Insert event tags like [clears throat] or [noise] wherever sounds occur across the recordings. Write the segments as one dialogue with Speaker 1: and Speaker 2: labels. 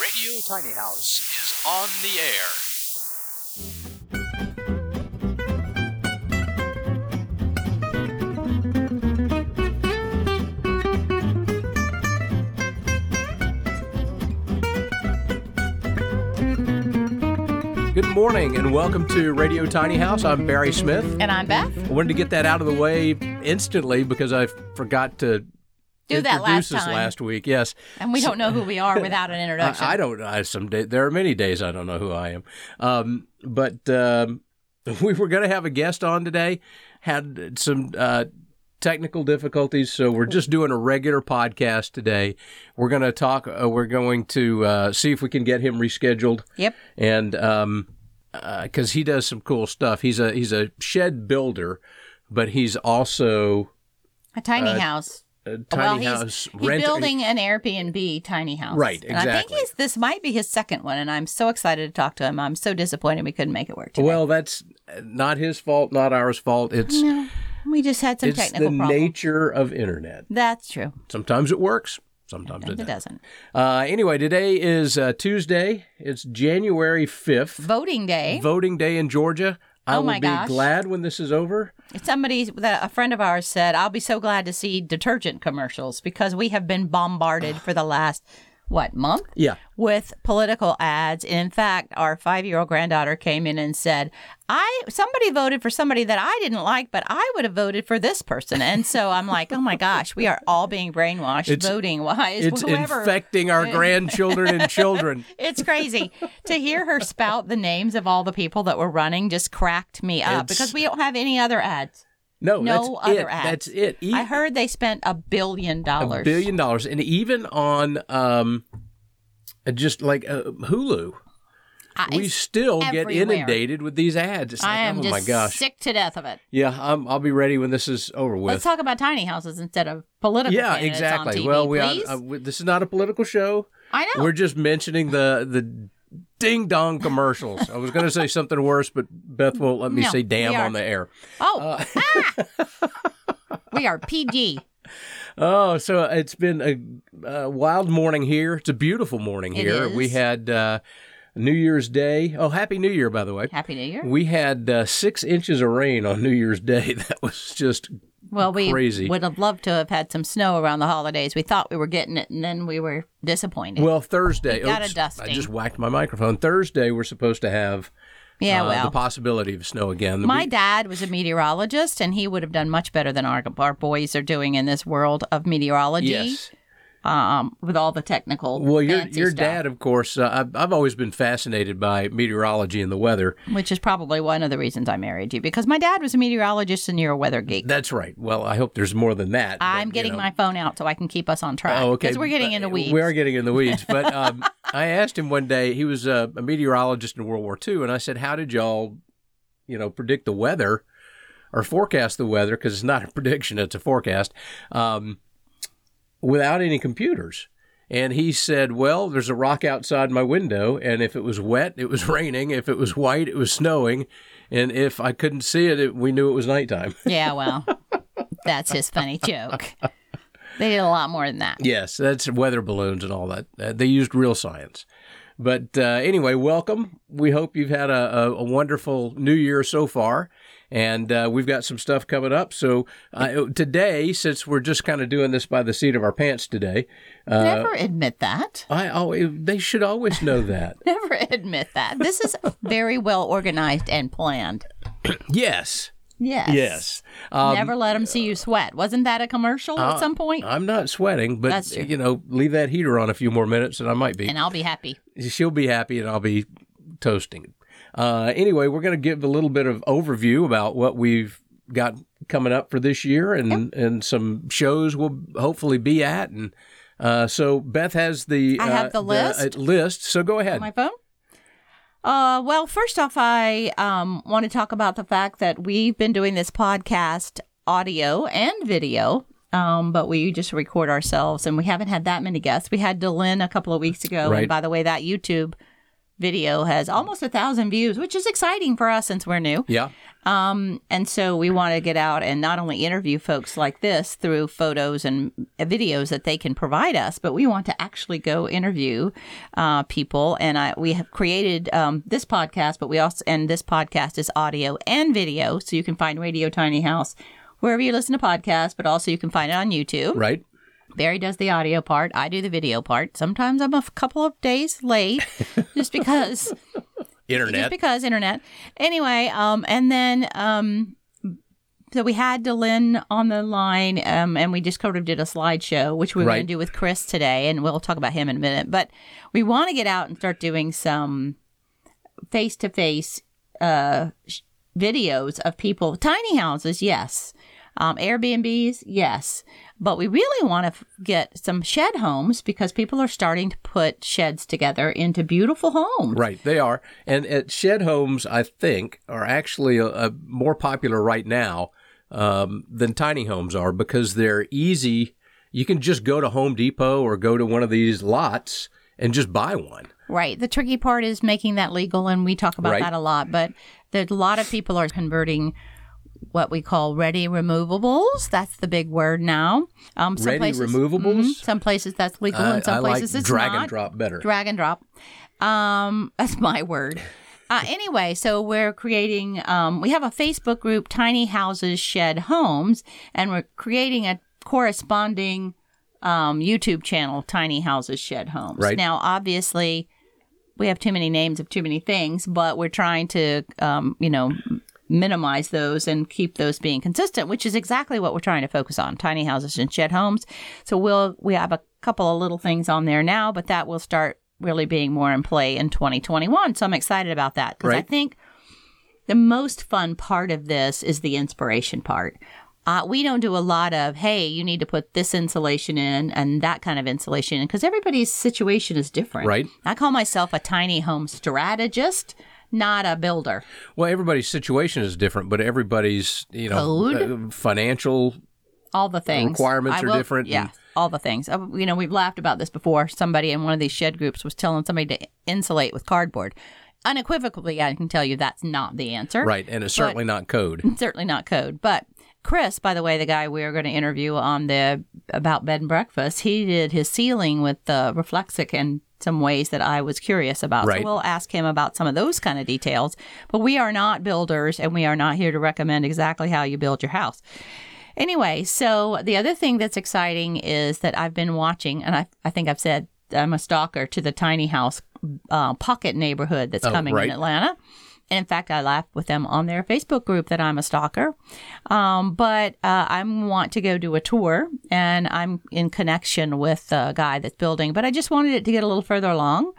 Speaker 1: Radio Tiny House is on the air.
Speaker 2: Good morning and welcome to Radio Tiny House. I'm Barry Smith.
Speaker 3: And I'm Beth.
Speaker 2: I wanted to get that out of the way instantly because I forgot to
Speaker 3: Do that
Speaker 2: introduce
Speaker 3: last
Speaker 2: us
Speaker 3: time.
Speaker 2: last week. Yes.
Speaker 3: And we don't know who
Speaker 2: [laughs]
Speaker 3: we are without an introduction.
Speaker 2: I, I don't I some day there are many days I don't know who I am. Um, but um, [laughs] we were going to have a guest on today had some uh, technical difficulties so we're just doing a regular podcast today. We're going to talk uh, we're going to uh, see if we can get him rescheduled
Speaker 3: yep.
Speaker 2: and um, because he does some cool stuff. He's a he's a shed builder, but he's also
Speaker 3: A tiny house.
Speaker 2: a Uh, tiny
Speaker 3: well,
Speaker 2: house
Speaker 3: he's, he's
Speaker 2: renter.
Speaker 3: building an Airbnb tiny house.
Speaker 2: Right,
Speaker 3: And I think
Speaker 2: exactly.
Speaker 3: he's, this might be his second one, and I'm so excited to talk to him. I'm so disappointed we couldn't make it work today.
Speaker 2: Well, that's not his fault, not ours fault. It's
Speaker 3: no, we just had some
Speaker 2: it's the
Speaker 3: technical problems.
Speaker 2: nature of internet.
Speaker 3: That's true.
Speaker 2: Sometimes it works. Sometimes it
Speaker 3: It
Speaker 2: doesn't.
Speaker 3: doesn't.
Speaker 2: Uh, anyway, today is uh, Tuesday. It's January fifth,
Speaker 3: Voting day.
Speaker 2: voting day in Georgia. I
Speaker 3: Oh,
Speaker 2: will
Speaker 3: my
Speaker 2: be
Speaker 3: gosh.
Speaker 2: glad when this is over.
Speaker 3: Somebody, that a friend of ours said, I'll be so glad to see detergent commercials because we have been bombarded for the last, what, month?
Speaker 2: Yeah,
Speaker 3: with political ads. In fact, our five-year-old granddaughter came in and said, "I somebody voted for somebody that I didn't like, but I would have voted for this person." And so I'm like, "Oh my gosh, we are all being brainwashed
Speaker 2: It's-
Speaker 3: voting wise."
Speaker 2: it's
Speaker 3: whoever."
Speaker 2: infecting our grandchildren and
Speaker 3: [laughs]
Speaker 2: children.
Speaker 3: it's crazy to hear her spout the names of all the people that were running. Just cracked me up
Speaker 2: It's-
Speaker 3: because we don't have any other ads.
Speaker 2: No,
Speaker 3: No
Speaker 2: that's
Speaker 3: other
Speaker 2: it.
Speaker 3: ads.
Speaker 2: That's it. E-
Speaker 3: I heard they spent a billion dollars.
Speaker 2: a billion dollars, and even on um, uh, just like uh, Hulu,
Speaker 3: I,
Speaker 2: we still get
Speaker 3: everywhere.
Speaker 2: inundated with these ads. It's like,
Speaker 3: I am
Speaker 2: oh
Speaker 3: just
Speaker 2: my gosh,
Speaker 3: sick to death of it.
Speaker 2: yeah, I'm, I'll be ready when this is over with.
Speaker 3: Let's talk about tiny houses instead of political.
Speaker 2: yeah,
Speaker 3: candidates
Speaker 2: exactly.
Speaker 3: On TV,
Speaker 2: well, we, are-
Speaker 3: please?
Speaker 2: uh, we this is not a political show.
Speaker 3: I know.
Speaker 2: We're just mentioning the the ding dong commercials. I was going to say something worse, but Beth won't let me
Speaker 3: No,
Speaker 2: say damn
Speaker 3: we are-
Speaker 2: on the air.
Speaker 3: oh,
Speaker 2: uh, [laughs]
Speaker 3: ah! we are PG.
Speaker 2: Oh, so it's been a, a wild morning here. It's a beautiful morning
Speaker 3: It
Speaker 2: here. We
Speaker 3: is.
Speaker 2: had uh, New Year's Day. Oh, Happy New Year, by the way.
Speaker 3: Happy New Year.
Speaker 2: We had uh, six inches of rain on New Year's Day. [laughs] That was just
Speaker 3: Well, we
Speaker 2: crazy.
Speaker 3: would have loved to have had some snow around the holidays. We thought we were getting it, and then we were disappointed.
Speaker 2: well Thursday.
Speaker 3: We got a
Speaker 2: Oops, I
Speaker 3: dusting.
Speaker 2: just whacked my microphone. Thursday, we're supposed to have
Speaker 3: yeah,
Speaker 2: uh, the
Speaker 3: well.
Speaker 2: possibility of snow again. The
Speaker 3: My
Speaker 2: week-
Speaker 3: dad was a meteorologist, and he would have done much better than our, our boys are doing in this world of meteorology.
Speaker 2: yes.
Speaker 3: Um, with all the technical.
Speaker 2: Well, your
Speaker 3: fancy
Speaker 2: your
Speaker 3: stuff,
Speaker 2: dad, of course. Uh, I've I've always been fascinated by meteorology and the weather.
Speaker 3: which is probably one of the reasons I married you, because my dad was a meteorologist and you're a weather geek.
Speaker 2: That's right. Well, I hope there's more than that. but,
Speaker 3: I'm
Speaker 2: you
Speaker 3: getting
Speaker 2: know.
Speaker 3: my phone out so I can keep us on track.
Speaker 2: Oh, okay.
Speaker 3: Because we're getting
Speaker 2: But
Speaker 3: into weeds.
Speaker 2: We are getting in the
Speaker 3: [laughs]
Speaker 2: weeds. But um, I asked him one day. He was a, a meteorologist in World War II, and I said, "How did y'all, you know, predict the weather or forecast the weather? Because it's not a [laughs] prediction; it's a forecast um, without any computers." And he said, "Well, there's a rock outside my window, and if it was wet, it was [laughs] raining. If it was white, it was snowing, and if I couldn't see it, it we knew it was nighttime."
Speaker 3: Yeah, well, that's his funny joke. They did a lot more than that.
Speaker 2: Yes, that's weather balloons and all that. Uh, they used real science. But uh, anyway, welcome. We hope you've had a, a, a wonderful new year so far. And uh, we've got some stuff coming up. So uh, today, since we're just kind of doing this by the seat of our pants today, uh,
Speaker 3: Never admit that.
Speaker 2: I always, they should always know that.
Speaker 3: Never [laughs] admit that. This is very well organized and planned.
Speaker 2: yes.
Speaker 3: Yes.
Speaker 2: Yes. Um, uh,
Speaker 3: Never let them see you sweat. Wasn't that a commercial at some point?
Speaker 2: I'm not sweating, but,
Speaker 3: That's true.
Speaker 2: you know, leave that heater on a few more minutes and I might be.
Speaker 3: and I'll be happy.
Speaker 2: she'll be happy and I'll be toasting. Uh, anyway, we're going to give a little bit of overview about what we've got coming up for this year and, and some shows we'll hopefully be at. And uh, so Beth has the
Speaker 3: I have
Speaker 2: uh,
Speaker 3: the list.
Speaker 2: uh, list. So go ahead.
Speaker 3: My phone? Uh, well, first off, I um, want to talk about the fact that we've been doing this podcast audio and video. Um, but we just record ourselves and we haven't had that many guests. We had Delin a couple of weeks ago.
Speaker 2: Right.
Speaker 3: And by the way, that YouTube video has almost a thousand views, which is exciting for us since we're new.
Speaker 2: Yeah.
Speaker 3: Um, and so we want to get out and not only interview folks like this through photos and videos that they can provide us, but we want to actually go interview uh, people. And I, we have created um, this podcast, but we also, and this podcast is audio and video. So you can find Radio Tiny House wherever you listen to podcasts, but also you can find it on YouTube.
Speaker 2: Right.
Speaker 3: Barry does the audio part. I do the video part. Sometimes I'm a f- couple of days late just because just
Speaker 2: Internet.
Speaker 3: because internet. Anyway, um, and then um, so we had Dylan on the line, um, and we just kind of did a slideshow, which we were
Speaker 2: Right.
Speaker 3: going to do with Chris today, and we'll talk about him in a minute. But we want to get out and start doing some face to face videos of people, tiny houses, yes. Um, Airbnbs, yes. But we really want to f- get some shed homes because people are starting to put sheds together into beautiful homes.
Speaker 2: Right, they are. And at shed homes, I think, are actually uh uh more popular right now um, than tiny homes are because they're easy. You can just go to Home Depot or go to one of these lots and just buy one.
Speaker 3: Right. The tricky part is making that legal, and we talk about
Speaker 2: Right.
Speaker 3: that a lot. But there's a lot of people are converting what we call ready removables. That's the big word now. Um,
Speaker 2: Ready removables?
Speaker 3: Mhm. some places that's legal,
Speaker 2: I,
Speaker 3: and some
Speaker 2: I like
Speaker 3: places it's
Speaker 2: drag and
Speaker 3: not.
Speaker 2: drop better.
Speaker 3: Drag and drop. Um, that's [laughs] my word. Uh, anyway, so we're creating, um, we have a Facebook group, Tiny Houses Shed Homes, and we're creating a corresponding um, YouTube channel, Tiny Houses Shed Homes.
Speaker 2: Right.
Speaker 3: Now, obviously, we have too many names of too many things, but we're trying to, um, you know, minimize those and keep those being consistent, which is exactly what we're trying to focus on: tiny houses and shed homes. So we'll we have a couple of little things on there now, but that will start really being more in play in 2021. So I'm excited about that because I
Speaker 2: Right.
Speaker 3: think the most fun part of this is the inspiration part. Uh, we don't do a lot of hey, you need to put this insulation in and that kind of insulation in because everybody's situation is different.
Speaker 2: Right.
Speaker 3: I call myself a tiny home strategist, not a builder.
Speaker 2: Well, everybody's situation is different, but everybody's you know
Speaker 3: Code?
Speaker 2: uh, financial
Speaker 3: all the things
Speaker 2: requirements
Speaker 3: I
Speaker 2: are different
Speaker 3: Yeah,
Speaker 2: and-
Speaker 3: all the things. Uh, You know, we've laughed about this before. Somebody in one of these shed groups was telling somebody to insulate with cardboard. Unequivocally, I can tell you that's not the answer.
Speaker 2: right, and it's certainly not code.
Speaker 3: [laughs] Certainly not code. But Chris, by the way, the guy we are going to interview on the about bed and breakfast, he did his ceiling with the Reflexic in some ways that I was curious about.
Speaker 2: Right.
Speaker 3: So we'll ask him about some of those kind of details. But we are not builders and we are not here to recommend exactly how you build your house. Anyway, so the other thing that's exciting is that I've been watching, and I, I think I've said I'm a stalker to the tiny house uh, pocket neighborhood that's coming
Speaker 2: right.
Speaker 3: in Atlanta. And in fact, I laughed with them on their Facebook group that I'm a stalker. Um, but uh, I want to go do a tour, and I'm in connection with the guy that's building. But I just wanted it to get a little further along.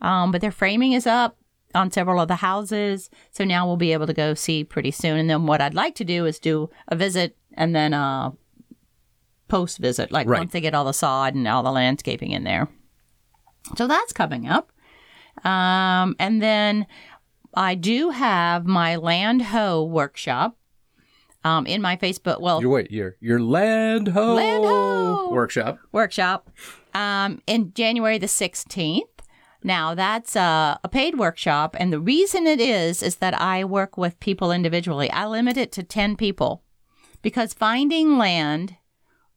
Speaker 3: Um, but their framing is up on several of the houses, so now we'll be able to go see pretty soon. And then what I'd like to do is do a visit and then a post visit, like
Speaker 2: Right.
Speaker 3: once they get all the sod and all the landscaping in there. So that's coming up. Um, and then I do have my land hoe workshop um, in my Facebook. Well,
Speaker 2: Your wait, your your land ho,
Speaker 3: Land ho!
Speaker 2: workshop.
Speaker 3: workshop um, in January the 16th. Now, that's uh, a paid workshop. And the reason it is, is that I work with people individually. I limit it to 10 people because finding land,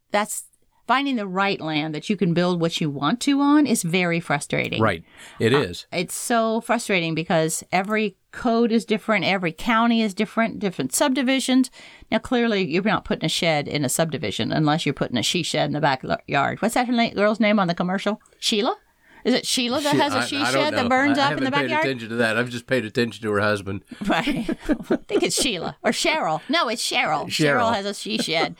Speaker 3: that's finding the right land that you can build what you want to on is very frustrating
Speaker 2: Right, it
Speaker 3: Uh,
Speaker 2: is.
Speaker 3: it's so frustrating because every code is different, every county is different, different subdivisions. Now, clearly, you're not putting a shed in a subdivision unless you're putting a she shed in the backyard. What's that her na- girl's name on the commercial? Sheila? Is it Sheila that
Speaker 2: Shit,
Speaker 3: has a
Speaker 2: I-
Speaker 3: she
Speaker 2: I don't
Speaker 3: shed
Speaker 2: know.
Speaker 3: that burns
Speaker 2: I-
Speaker 3: up in
Speaker 2: I
Speaker 3: the
Speaker 2: haven't paid
Speaker 3: backyard?
Speaker 2: attention to that. I've just paid attention to her husband.
Speaker 3: [laughs] Right. I think it's Sheila or Cheryl. No, it's Cheryl. Cheryl,
Speaker 2: Cheryl.
Speaker 3: has a she shed.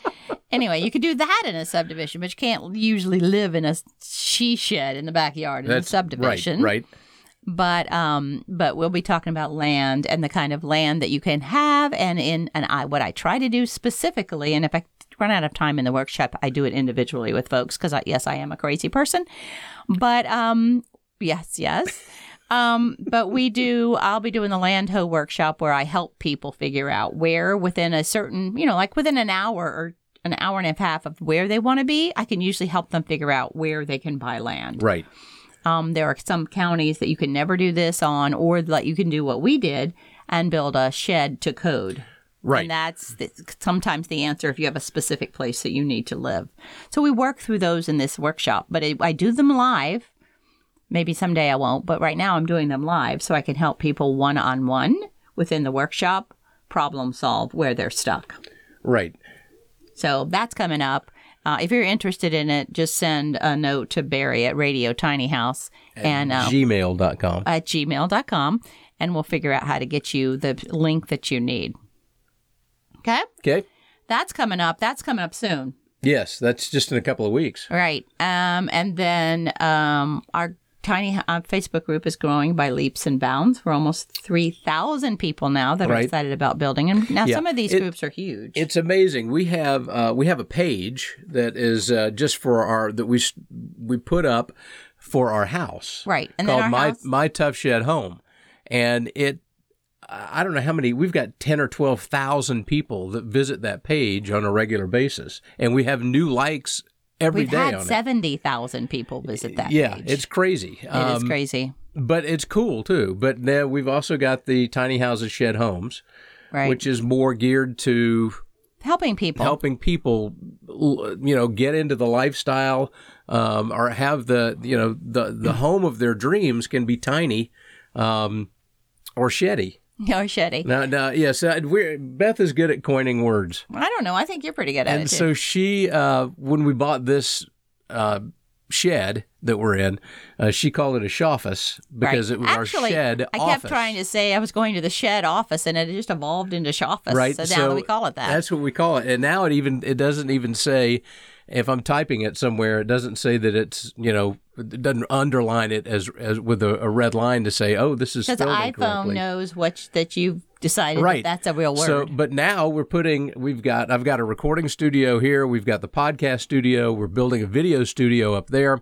Speaker 3: anyway, you could do that in a subdivision, but you can't usually live in a she shed in the backyard in a
Speaker 2: That's
Speaker 3: subdivision.
Speaker 2: Right, right.
Speaker 3: but um but we'll be talking about land and the kind of land that you can have and in and I what I try to do specifically and if I run out of time in the workshop I do it individually with folks cuz I yes I am a crazy person but um yes yes um but we do I'll be doing the land ho workshop where I help people figure out where within a certain you know like within an hour or an hour and a half of where they want to be I can usually help them figure out where they can buy land
Speaker 2: Right.
Speaker 3: Um, there are some counties that you can never do this on, or that you can do what we did and build a shed to code.
Speaker 2: Right.
Speaker 3: And that's the, sometimes the answer if you have a specific place that you need to live. So we work through those in this workshop, but I I do them live. Maybe someday I won't, but right now I'm doing them live so I can help people one on one within the workshop problem solve where they're stuck.
Speaker 2: right.
Speaker 3: So that's coming up. Uh, if you're interested in it, just send a note to Barry at Radio Tiny House and uh,
Speaker 2: Gmail.com.
Speaker 3: at gmail.com, and we'll figure out how to get you the link that you need. Okay?
Speaker 2: Okay.
Speaker 3: That's coming up. That's coming up soon.
Speaker 2: Yes, that's just in a couple of weeks.
Speaker 3: Right. Um, and then um, our tiny uh, Facebook group is growing by leaps and bounds. We're almost 3,000 people now that are
Speaker 2: Right.
Speaker 3: excited about building. And now
Speaker 2: Yeah.
Speaker 3: some of these
Speaker 2: It-
Speaker 3: groups are huge.
Speaker 2: It's amazing. We have uh, we have a page that is uh, just for our that we s- we put up for our house.
Speaker 3: right. And then
Speaker 2: called
Speaker 3: our
Speaker 2: my
Speaker 3: house,
Speaker 2: my tough shed home, and it. I don't know how many we've got ten or twelve thousand people that visit that page on a regular basis, and we have new likes every
Speaker 3: we've
Speaker 2: day
Speaker 3: had
Speaker 2: on
Speaker 3: 70,000 people visit that
Speaker 2: it. Yeah,
Speaker 3: page.
Speaker 2: it's crazy. Um,
Speaker 3: It is crazy.
Speaker 2: but it's cool too. But now we've also got the tiny houses, shed homes,
Speaker 3: Right.
Speaker 2: which is more geared to
Speaker 3: Helping people. [laughs]
Speaker 2: helping people l- you know get into the lifestyle um, or have the you know the
Speaker 3: [clears throat]
Speaker 2: the home of their dreams can be tiny um, or sheddy
Speaker 3: Or shitty.
Speaker 2: now, now yes uh, we're, beth is good at coining words
Speaker 3: I don't know. I think you're pretty good at
Speaker 2: and
Speaker 3: it. too.
Speaker 2: so she uh, when we bought this uh, shed that we're in uh, she called it a shoffice because
Speaker 3: Right.
Speaker 2: it was
Speaker 3: Actually,
Speaker 2: our shed
Speaker 3: I
Speaker 2: office.
Speaker 3: kept trying to say I was going to the shed office, and it just evolved into shoffice.
Speaker 2: right
Speaker 3: So now we call it that.
Speaker 2: that's what we call it and now it even it doesn't even say if i'm typing it somewhere it doesn't say that it's you know it doesn't underline it as as with a, a red line to say oh this is
Speaker 3: Because
Speaker 2: spelled
Speaker 3: iPhone
Speaker 2: incorrectly.
Speaker 3: knows what that you've decided
Speaker 2: right
Speaker 3: that that's a real word.
Speaker 2: so but now we're putting we've got i've got a recording studio here we've got the podcast studio we're building a video studio up there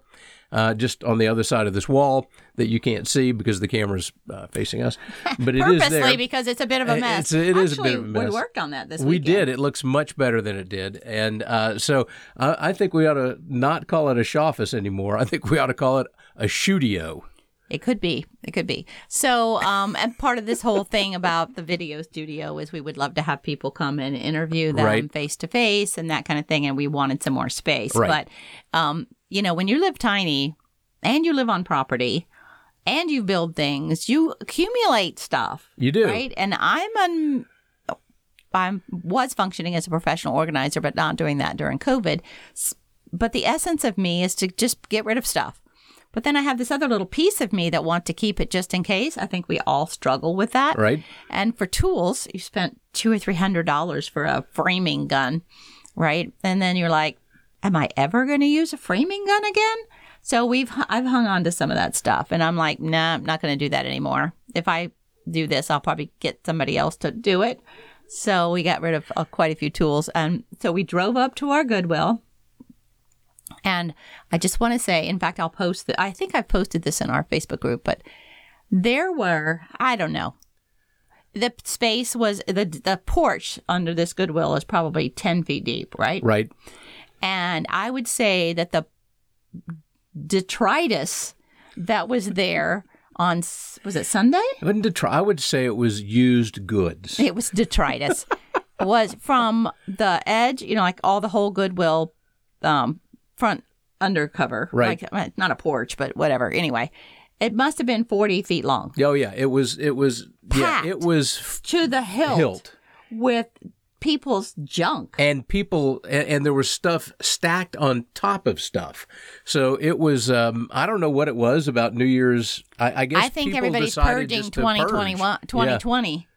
Speaker 2: uh, just on the other side of this wall that you can't see because the camera's uh, facing
Speaker 3: [laughs]
Speaker 2: us but it is
Speaker 3: Purposely,
Speaker 2: there
Speaker 3: because it's a bit of a
Speaker 2: It-
Speaker 3: mess.
Speaker 2: it's- it is a
Speaker 3: Actually,
Speaker 2: bit of a
Speaker 3: we
Speaker 2: mess.
Speaker 3: worked on that this
Speaker 2: We
Speaker 3: weekend.
Speaker 2: did. It looks much better than it did, and uh, so I, I think we ought to not call it a shoffice anymore. I think we ought to call it a studio.
Speaker 3: It could be. It could be. So, um, and part of this whole thing about the video studio is we would love to have people come and interview them
Speaker 2: Right.
Speaker 3: face to face and that kind of thing. And we wanted some more space.
Speaker 2: Right.
Speaker 3: But, um, you know, when you live tiny and you live on property and you build things, you accumulate stuff.
Speaker 2: You do.
Speaker 3: Right. And I'm un- I was functioning as a professional organizer, but not doing that during COVID. S- But the essence of me is to just get rid of stuff. But then I have this other little piece of me that want to keep it just in case. I think we all struggle with that.
Speaker 2: Right.
Speaker 3: Mm-hmm. And for tools, you spent two or three hundred dollars for a framing gun, right? And then you're like, "Am I ever going to use a framing gun again?" So we've I've hung on to some of that stuff, and I'm like, "Nah, I'm not going to do that anymore. If I do this, I'll probably get somebody else to do it." So we got rid of uh, quite a few tools, and so we drove up to our Goodwill. And I just want to say, in fact, I'll post that. I think I've posted this in our Facebook group, but there were, I don't know, the space was the the porch under this Goodwill is probably ten feet deep, right?
Speaker 2: Right.
Speaker 3: And I would say that the detritus that was there on s- was it Sunday?
Speaker 2: Wouldn't it try- I would say it was used
Speaker 3: [laughs]
Speaker 2: goods.
Speaker 3: It was detritus. was from the edge, you know, like all the whole Goodwill um, front undercover,
Speaker 2: Right.
Speaker 3: Like, uh, not a porch, but whatever. Anyway, it must have been forty feet long
Speaker 2: Oh yeah, it was. It was.
Speaker 3: Packed.
Speaker 2: Yeah, it was f-
Speaker 3: to the hilt,
Speaker 2: hilt,
Speaker 3: with people's junk.
Speaker 2: and people, and, and there was stuff stacked on top of stuff. So it was. Um, I don't know what it was about New Year's. I, I guess
Speaker 3: I think
Speaker 2: people
Speaker 3: everybody's
Speaker 2: decided
Speaker 3: purging
Speaker 2: just to
Speaker 3: 2021,
Speaker 2: purge.
Speaker 3: 2020.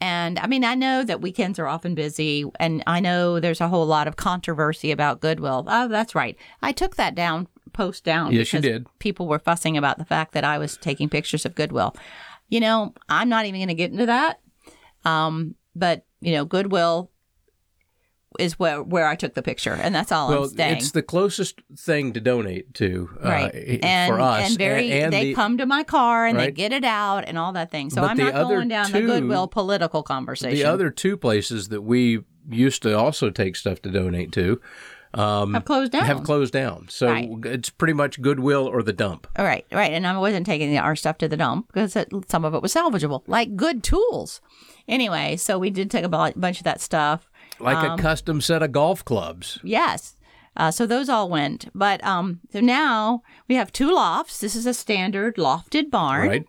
Speaker 3: And I mean, I know that weekends are often busy, and I know there's a whole lot of controversy about Goodwill. Oh, that's right. I took that down, post down.
Speaker 2: Yes, you
Speaker 3: because
Speaker 2: did.
Speaker 3: People were fussing about the fact that I was taking pictures of Goodwill. You know, I'm not even going to get into that. Um, but you know, Goodwill is where where I took the picture, and that's all I'm
Speaker 2: Well,
Speaker 3: saying.
Speaker 2: it's the closest thing to donate to uh,
Speaker 3: right and
Speaker 2: for us.
Speaker 3: and very
Speaker 2: A- and
Speaker 3: they
Speaker 2: the-
Speaker 3: come to my car and they
Speaker 2: Right.
Speaker 3: get it out and all that thing so
Speaker 2: But
Speaker 3: i'm
Speaker 2: the
Speaker 3: not
Speaker 2: other
Speaker 3: going down the
Speaker 2: two-
Speaker 3: goodwill political conversation
Speaker 2: The other two places that we used to also take stuff to donate to um,
Speaker 3: Have closed down.
Speaker 2: have closed down. So
Speaker 3: Oh. Right.
Speaker 2: it's pretty much Goodwill or the dump.
Speaker 3: All right, right. And I wasn't taking the- our stuff to the dump because it, some of it was salvageable, like good tools. Anyway, so we did take a bu- bunch of that stuff.
Speaker 2: Like
Speaker 3: Um,
Speaker 2: a custom set of golf clubs.
Speaker 3: Yes. Uh, so those all went. But um, so now we have two lofts. This is a standard lofted barn.
Speaker 2: Right.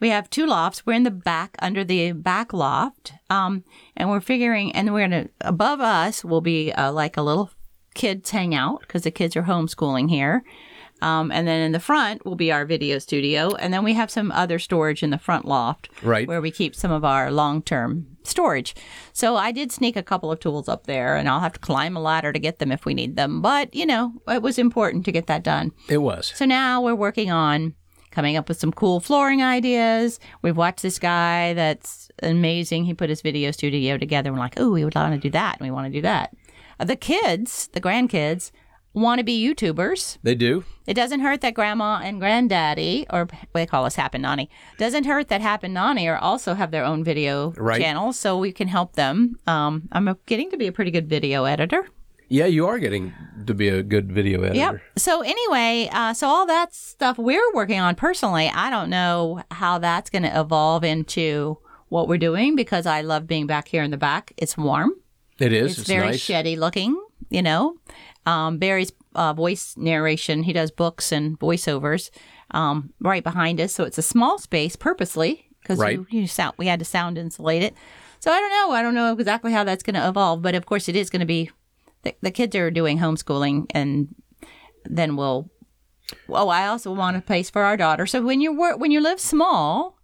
Speaker 3: We have two lofts. We're in the back under the back loft, um, and we're figuring. And we're gonna above us will be uh, like a little kids hangout because the kids are homeschooling here. Um, and then in the front will be our video studio, and then we have some other storage in the front loft,
Speaker 2: Right.
Speaker 3: where we keep some of our long-term storage. So I did sneak a couple of tools up there, and I'll have to climb a ladder to get them if we need them. But you know, it was important to get that done.
Speaker 2: It was.
Speaker 3: So now we're working on coming up with some cool flooring ideas. We've watched this guy that's amazing. He put his video studio together. We're like, oh, we would want to do that, and we want to do that. Uh, The kids, the grandkids, want to be YouTubers.
Speaker 2: They do.
Speaker 3: It doesn't hurt that grandma and granddaddy, or they call us Happen Nani, doesn't hurt that Happen Nani are also have their own video
Speaker 2: Right.
Speaker 3: channel, so we can help them. Um, I'm getting to be a pretty good video editor.
Speaker 2: Yeah, you are getting to be a good video editor.
Speaker 3: Yep. So anyway, uh, so all that stuff we're working on personally, I don't know how that's going to evolve into what we're doing because I love being back here in the back. It's warm.
Speaker 2: It is.
Speaker 3: It's,
Speaker 2: It's,
Speaker 3: very
Speaker 2: nice.
Speaker 3: sheddy looking, you know. Um, Barry's uh, voice narration, he does books and voiceovers um, right behind us. So it's a small space purposely because
Speaker 2: Right.
Speaker 3: you, you sound, we had to sound insulate it. So I don't know. I don't know exactly how that's going to evolve. But of course, it is going to be the, the kids are doing homeschooling and then we'll. Oh, I also want a place for our daughter. So when you work, when you live small,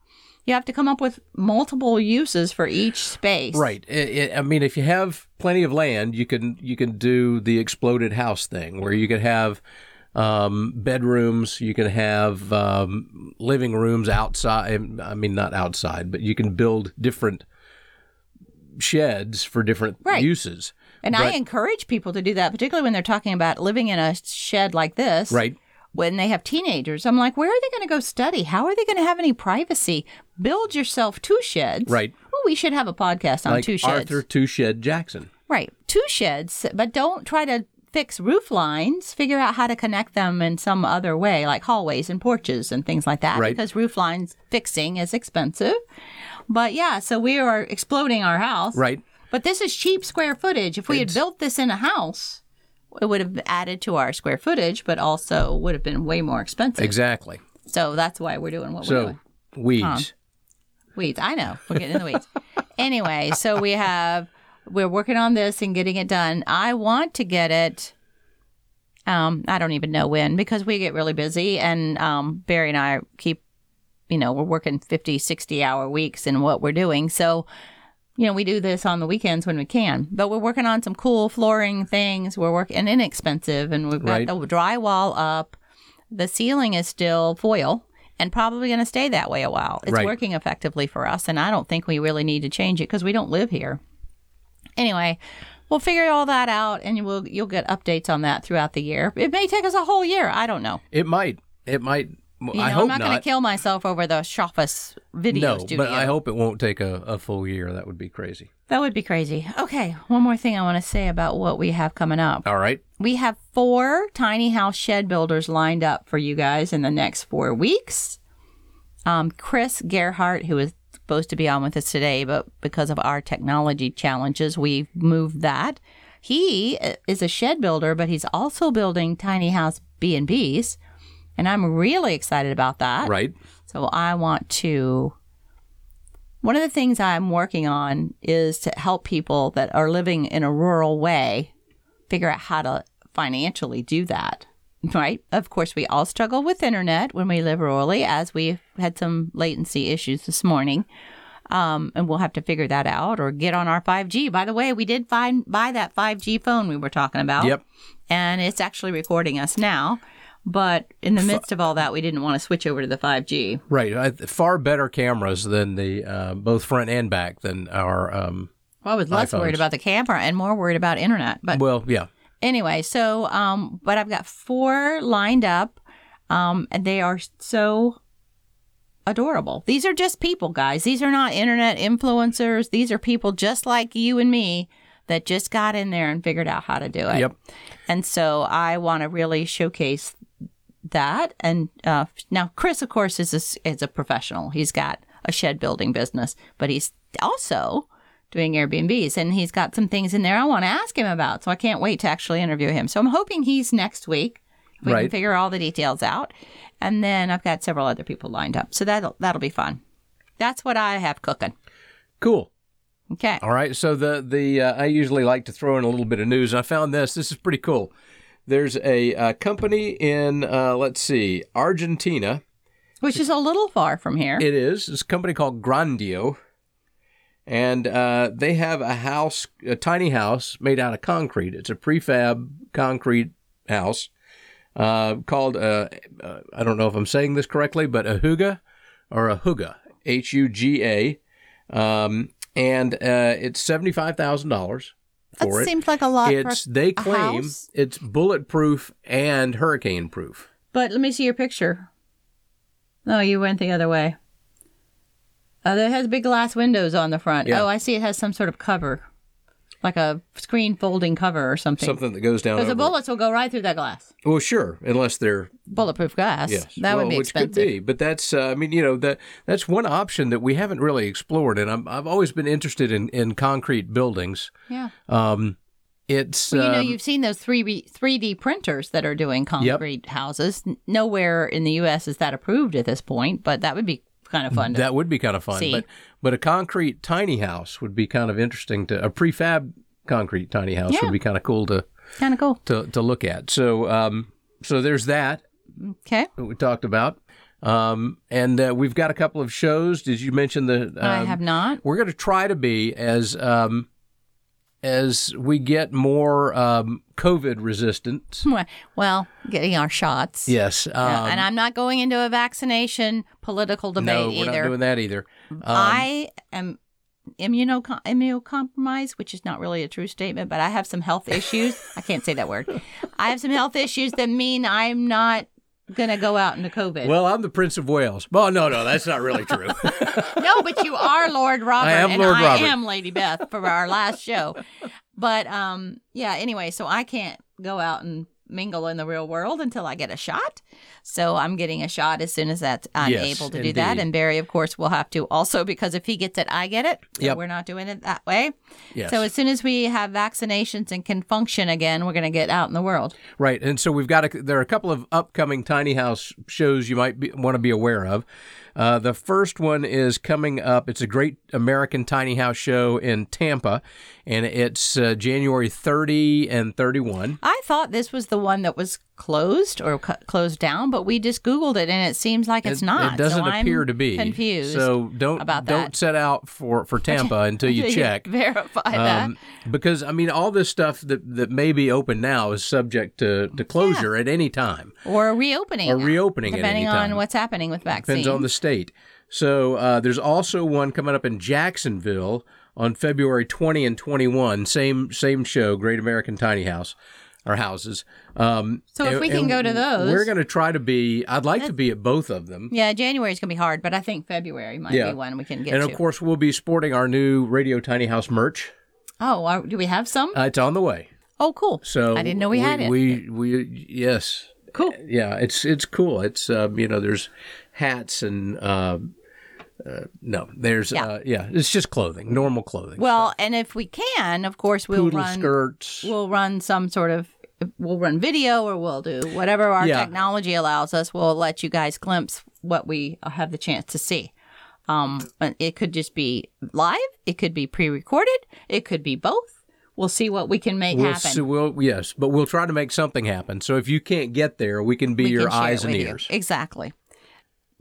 Speaker 3: you have to come up with multiple uses for each space.
Speaker 2: Right. I I I mean, if you have plenty of land, you can you can do the exploded house thing, where you could have um, bedrooms, you can have um, living rooms outside. I mean, not outside, but you can build different sheds for different
Speaker 3: Right.
Speaker 2: uses.
Speaker 3: And I encourage people to do that, particularly when they're talking about living in a shed like this.
Speaker 2: Right.
Speaker 3: When they have teenagers, I'm like, where are they going to go study? How are they going to have any privacy? Build yourself two sheds.
Speaker 2: Right.
Speaker 3: Well, we should have a podcast on
Speaker 2: Like
Speaker 3: two sheds.
Speaker 2: Arthur Two Shed Jackson.
Speaker 3: Right. Two sheds, but don't try to fix roof lines. Figure out how to connect them in some other way, like hallways and porches and things like that,
Speaker 2: Right.
Speaker 3: because roof lines fixing is expensive. But yeah, so we are exploding our house.
Speaker 2: Right.
Speaker 3: But this is cheap square footage. If we had built this in a house, it would have added to our square footage, but also would have been way more expensive.
Speaker 2: Exactly.
Speaker 3: So that's why we're doing what we're
Speaker 2: So
Speaker 3: doing.
Speaker 2: weeds.
Speaker 3: Weeds. I know. We're getting in the weeds. anyway, so we have we're working on this and getting it done. I want to get it um, I don't even know when because we get really busy and um, Barry and I keep you know, we're working 50, 60 hour weeks in what we're doing. So you know, we do this on the weekends when we can, but we're working on some cool flooring things. We're working and inexpensive, and we've got
Speaker 2: Right.
Speaker 3: the drywall up. The ceiling is still foil and probably going to stay that way a while. It's
Speaker 2: Right.
Speaker 3: working effectively for us, and I don't think we really need to change it because we don't live here. Anyway, we'll figure all that out, and we'll you'll get updates on that throughout the year. It may take us a whole year. I don't know.
Speaker 2: It might. It might.
Speaker 3: You
Speaker 2: I
Speaker 3: know,
Speaker 2: hope
Speaker 3: I'm not, going to kill myself over the Shoffus video
Speaker 2: no,
Speaker 3: studio.
Speaker 2: but I hope it won't take a, a full year. That would be crazy.
Speaker 3: That would be crazy. Okay, one more thing I want to say about what we have coming up.
Speaker 2: All right.
Speaker 3: We have four tiny house shed builders lined up for you guys in the next four weeks. Um, Chris Gerhart, who is supposed to be on with us today, but because of our technology challenges, we moved that. He uh, is a shed builder, but he's also building tiny house B and B's, and I'm really excited about that.
Speaker 2: Right.
Speaker 3: So I want to. One of the things I'm working on is to help people that are living in a rural way figure out how to financially do that. [laughs] Right. Of course, we all struggle with internet when we live rurally, as we had some latency issues this morning. Um, and we'll have to figure that out or get on our 5G. By the way, we did find buy that 5G phone we were talking about.
Speaker 2: Yep.
Speaker 3: And it's actually recording us now. But in the midst of all that, we didn't want to switch over to the 5G.
Speaker 2: Right, I, far better cameras than the uh, both front and back than our. Um,
Speaker 3: Well, I was less
Speaker 2: iPhones.
Speaker 3: worried about the camera and more worried about internet. But
Speaker 2: well, yeah,
Speaker 3: anyway, so um, but I've got four lined up, um, and they are so adorable. These are just people, guys. These are not internet influencers. These are people just like you and me that just got in there and figured out how to do it.
Speaker 2: Yep.
Speaker 3: And so I want to really showcase that. And uh, now Chris, of course, is a, s- is a professional. He's got a shed building business, but he's also doing Airbnbs, and he's got some things in there I want to ask him about. So I can't wait to actually interview him. So I'm hoping he's next week. We can
Speaker 2: Right.
Speaker 3: figure all the details out, and then I've got several other people lined up. So that'll that'll be fun. That's what I have cooking.
Speaker 2: Cool.
Speaker 3: Okay.
Speaker 2: All right. So the the uh, I usually like to throw in a little bit of news. I found this. This is pretty cool. There's a uh, company in uh, let's see, Argentina.
Speaker 3: Which is a little far from here.
Speaker 2: It is. It's a company called Grandio, and uh, they have a house, a tiny house made out of concrete. It's a prefab concrete house uh, called. Uh, uh, I don't know if I'm saying this correctly, but a huga or a huga, H U G A, um, and uh, it's seventy five thousand dollars
Speaker 3: that
Speaker 2: for it.
Speaker 3: seems like a lot. for-
Speaker 2: It's they claim
Speaker 3: house?
Speaker 2: it's bulletproof and hurricane proof.
Speaker 3: but let me see your picture. No, you went the other way. Uh, there has big glass windows on the front.
Speaker 2: Yeah.
Speaker 3: Oh, I see. It has some sort of cover, like a screen folding cover or something.
Speaker 2: Something that goes down.
Speaker 3: Because the
Speaker 2: over it.
Speaker 3: bullets will go right through that glass.
Speaker 2: Well, sure, unless they're
Speaker 3: Bulletproof glass.
Speaker 2: Yes,
Speaker 3: That
Speaker 2: well,
Speaker 3: would be
Speaker 2: which Could
Speaker 3: expensive.
Speaker 2: be, but that's uh, I mean you know that that's one option that we haven't really explored, and I'm, I've always been interested in, in concrete buildings.
Speaker 3: Yeah.
Speaker 2: Um, it's
Speaker 3: Well, you know,
Speaker 2: um,
Speaker 3: you've seen those three three D printers that are doing concrete houses. N- Nowhere in the U.S. is that approved at this point, but that would be kind of fun. To,
Speaker 2: that would be kind of fun,
Speaker 3: See.
Speaker 2: but but a concrete tiny house would be kind of interesting to a prefab concrete tiny house
Speaker 3: Yeah.
Speaker 2: would be kind of cool to
Speaker 3: kind of cool.
Speaker 2: to, to look at. So um, so there's that
Speaker 3: Okay.
Speaker 2: that we talked about. Um, and uh, we've got a couple of shows. Did you mention the? Um,
Speaker 3: I have not.
Speaker 2: we're going to try to be as um, as we get more um, COVID resistant.
Speaker 3: Well, getting our shots.
Speaker 2: Yes, um,
Speaker 3: Hmm. Yeah, and I'm not going into a vaccination political debate
Speaker 2: no, we're
Speaker 3: either.
Speaker 2: not doing
Speaker 3: Mm-hmm.
Speaker 2: that Um, either. Um,
Speaker 3: I am immunocom- immunocompromised, which is not really a true statement, but I have some health issues. I can't say that word. I have some health issues that mean I'm not going to go out into COVID.
Speaker 2: well, I'm the Prince of Wales. Well, no, no, that's not really
Speaker 3: [laughs]
Speaker 2: true.
Speaker 3: no, but you are Lord Robert,
Speaker 2: I am
Speaker 3: and
Speaker 2: Lord
Speaker 3: I
Speaker 2: Robert.
Speaker 3: am Lady Beth for our last show. But um, yeah. Anyway, so I can't go out and mingle in the real world until I get a shot. So I'm getting a shot as soon as that I'm
Speaker 2: Yes,
Speaker 3: able to do that.
Speaker 2: indeed.
Speaker 3: And Barry, of course, will have to also because if he gets it, I get it. So
Speaker 2: Yep.
Speaker 3: we're not doing it that way.
Speaker 2: yes,
Speaker 3: So as soon as we have vaccinations and can function again, we're going to get out in the world.
Speaker 2: right. And so we've got a, there are a couple of upcoming tiny house shows you might be, want to be aware of. Uh, the first one is coming up. It's a great American tiny house show in Tampa, and it's uh, January 30 and 31.
Speaker 3: I thought this was the one that was closed or cu- closed down, but we just Googled it and it seems like it's
Speaker 2: It-
Speaker 3: not.
Speaker 2: It doesn't
Speaker 3: So I'm
Speaker 2: appear to be
Speaker 3: confused.
Speaker 2: So don't
Speaker 3: about that.
Speaker 2: don't set out for
Speaker 3: [laughs]
Speaker 2: for Tampa until you check.
Speaker 3: verify that.
Speaker 2: Um, because I mean, all this stuff that that may be open now is subject to, to closure at any time.
Speaker 3: Or reopening.
Speaker 2: or reopening at any
Speaker 3: Depending on
Speaker 2: time.
Speaker 3: what's happening with vaccines.
Speaker 2: Depends on the state. So uh, there's also one coming up in Jacksonville on February 20 and 21. Same same show, Great American Tiny House or houses. Um,
Speaker 3: So if we can go to those-
Speaker 2: we're going to try to be. I'd like to be at both of them.
Speaker 3: yeah, January's going to be hard, but I think February might
Speaker 2: Yeah.
Speaker 3: be one we can get
Speaker 2: And
Speaker 3: to.
Speaker 2: of course, we'll be sporting our new Radio Tiny House merch.
Speaker 3: oh, are, do we have some?
Speaker 2: Uh, it's on the way.
Speaker 3: oh, cool.
Speaker 2: So
Speaker 3: I didn't know we, had it.
Speaker 2: We we yes,
Speaker 3: cool.
Speaker 2: yeah. It's it's cool. It's um, you know there's hats and uh, uh, no there's yeah. Uh, yeah it's just clothing normal clothing
Speaker 3: Well, and if we can, of course, we'll
Speaker 2: poodle
Speaker 3: run.
Speaker 2: skirts.
Speaker 3: We'll run some sort of. We'll run video, or we'll do whatever our
Speaker 2: Yeah.
Speaker 3: technology allows us. We'll let you guys glimpse what we have the chance to see. Um, and it could just be live. It could be pre-recorded. It could be both. We'll see what we can make
Speaker 2: We'll,
Speaker 3: happen.
Speaker 2: see- we'll yes, but we'll try to make something happen. So if you can't get there, we can be
Speaker 3: we
Speaker 2: your
Speaker 3: can share
Speaker 2: eyes
Speaker 3: it
Speaker 2: and
Speaker 3: with you.
Speaker 2: ears.
Speaker 3: Exactly.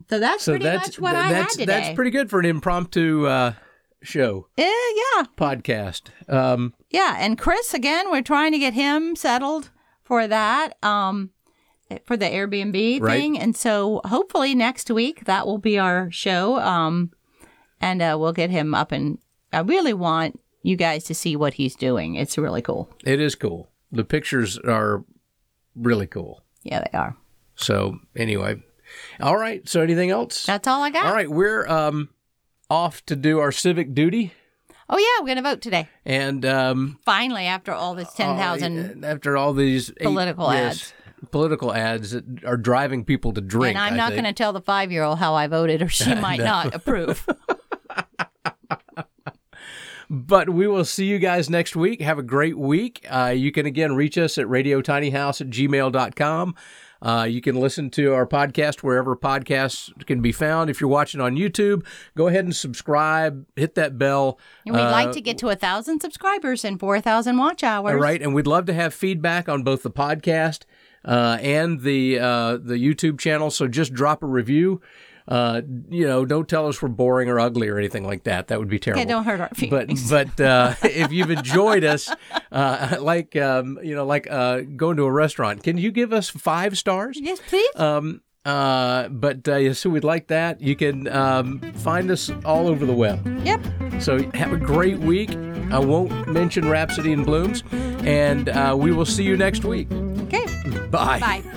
Speaker 3: So that's
Speaker 2: So
Speaker 3: pretty
Speaker 2: that's
Speaker 3: much what
Speaker 2: th-
Speaker 3: I had
Speaker 2: that's
Speaker 3: today.
Speaker 2: that's pretty good for an impromptu uh, show
Speaker 3: Eh, yeah,
Speaker 2: podcast. Um,
Speaker 3: yeah. And Chris, again, we're trying to get him settled for that, um, for the Airbnb
Speaker 2: Right.
Speaker 3: thing. And so hopefully next week that will be our show. Um, and uh, we'll get him up. And I really want you guys to see what he's doing. It's really cool.
Speaker 2: it is cool. The pictures are really cool.
Speaker 3: Yeah, they are.
Speaker 2: So anyway, all right. So anything else?
Speaker 3: That's all I got.
Speaker 2: all right, we're um off to do our civic duty.
Speaker 3: Oh yeah, we're gonna vote today.
Speaker 2: And um,
Speaker 3: Finally, after all this ten thousand
Speaker 2: uh, after all these eight-
Speaker 3: Political
Speaker 2: yes, political ads that are driving people to drink.
Speaker 3: And I'm
Speaker 2: I
Speaker 3: not
Speaker 2: think.
Speaker 3: going to tell the five year old how I voted,
Speaker 2: [laughs]
Speaker 3: or she might not approve.
Speaker 2: But we will see you guys next week. Have a great week. Uh, you can again reach us at radiotinyhouse at gmail.com. Uh, you can listen to our podcast wherever podcasts can be found. If you're watching on YouTube, go ahead and subscribe, hit that bell.
Speaker 3: And we'd
Speaker 2: Uh,
Speaker 3: like to get to a thousand subscribers and four thousand watch hours.
Speaker 2: All right, and we'd love to have feedback on both the podcast uh, and the uh, the YouTube channel. So just drop a review. Uh, you know, don't tell us we're boring or ugly or anything like that. That would be terrible.
Speaker 3: Okay, don't hurt our
Speaker 2: but
Speaker 3: feelings. [laughs]
Speaker 2: but uh, if you've enjoyed us, uh, like um, you know, like uh, going to a restaurant, can you give us five stars?
Speaker 3: yes, please.
Speaker 2: Um, uh, but uh, yes, so we'd like that. You can um, find us all over the web.
Speaker 3: yep.
Speaker 2: So have a great week. I won't mention Rhapsody in Blooms, and uh, we will see you next week.
Speaker 3: Okay.
Speaker 2: Bye.
Speaker 3: Bye.